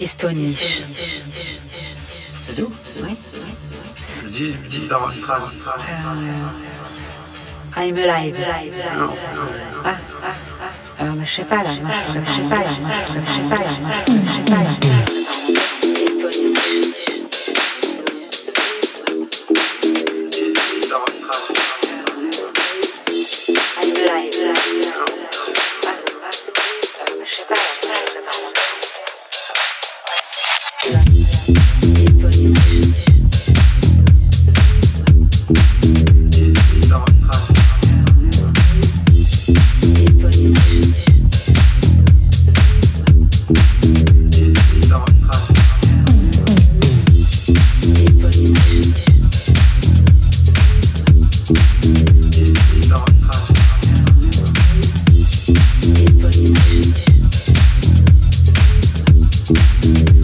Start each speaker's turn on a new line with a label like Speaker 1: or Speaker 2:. Speaker 1: Estoniche.
Speaker 2: C'est tout
Speaker 1: Oui.
Speaker 2: Je dis, je dis par une phrase.
Speaker 1: I'm alive.
Speaker 2: Non, c'est-
Speaker 1: Ah, ah, ah. Euh, je sais pas là, moi je je sais pas là, moi je je sais pas là, moi je je sais pas là.
Speaker 2: je dis par une phrase. Je dis par une phrase. Je dis par une phrase. Je dis par une phrase. Je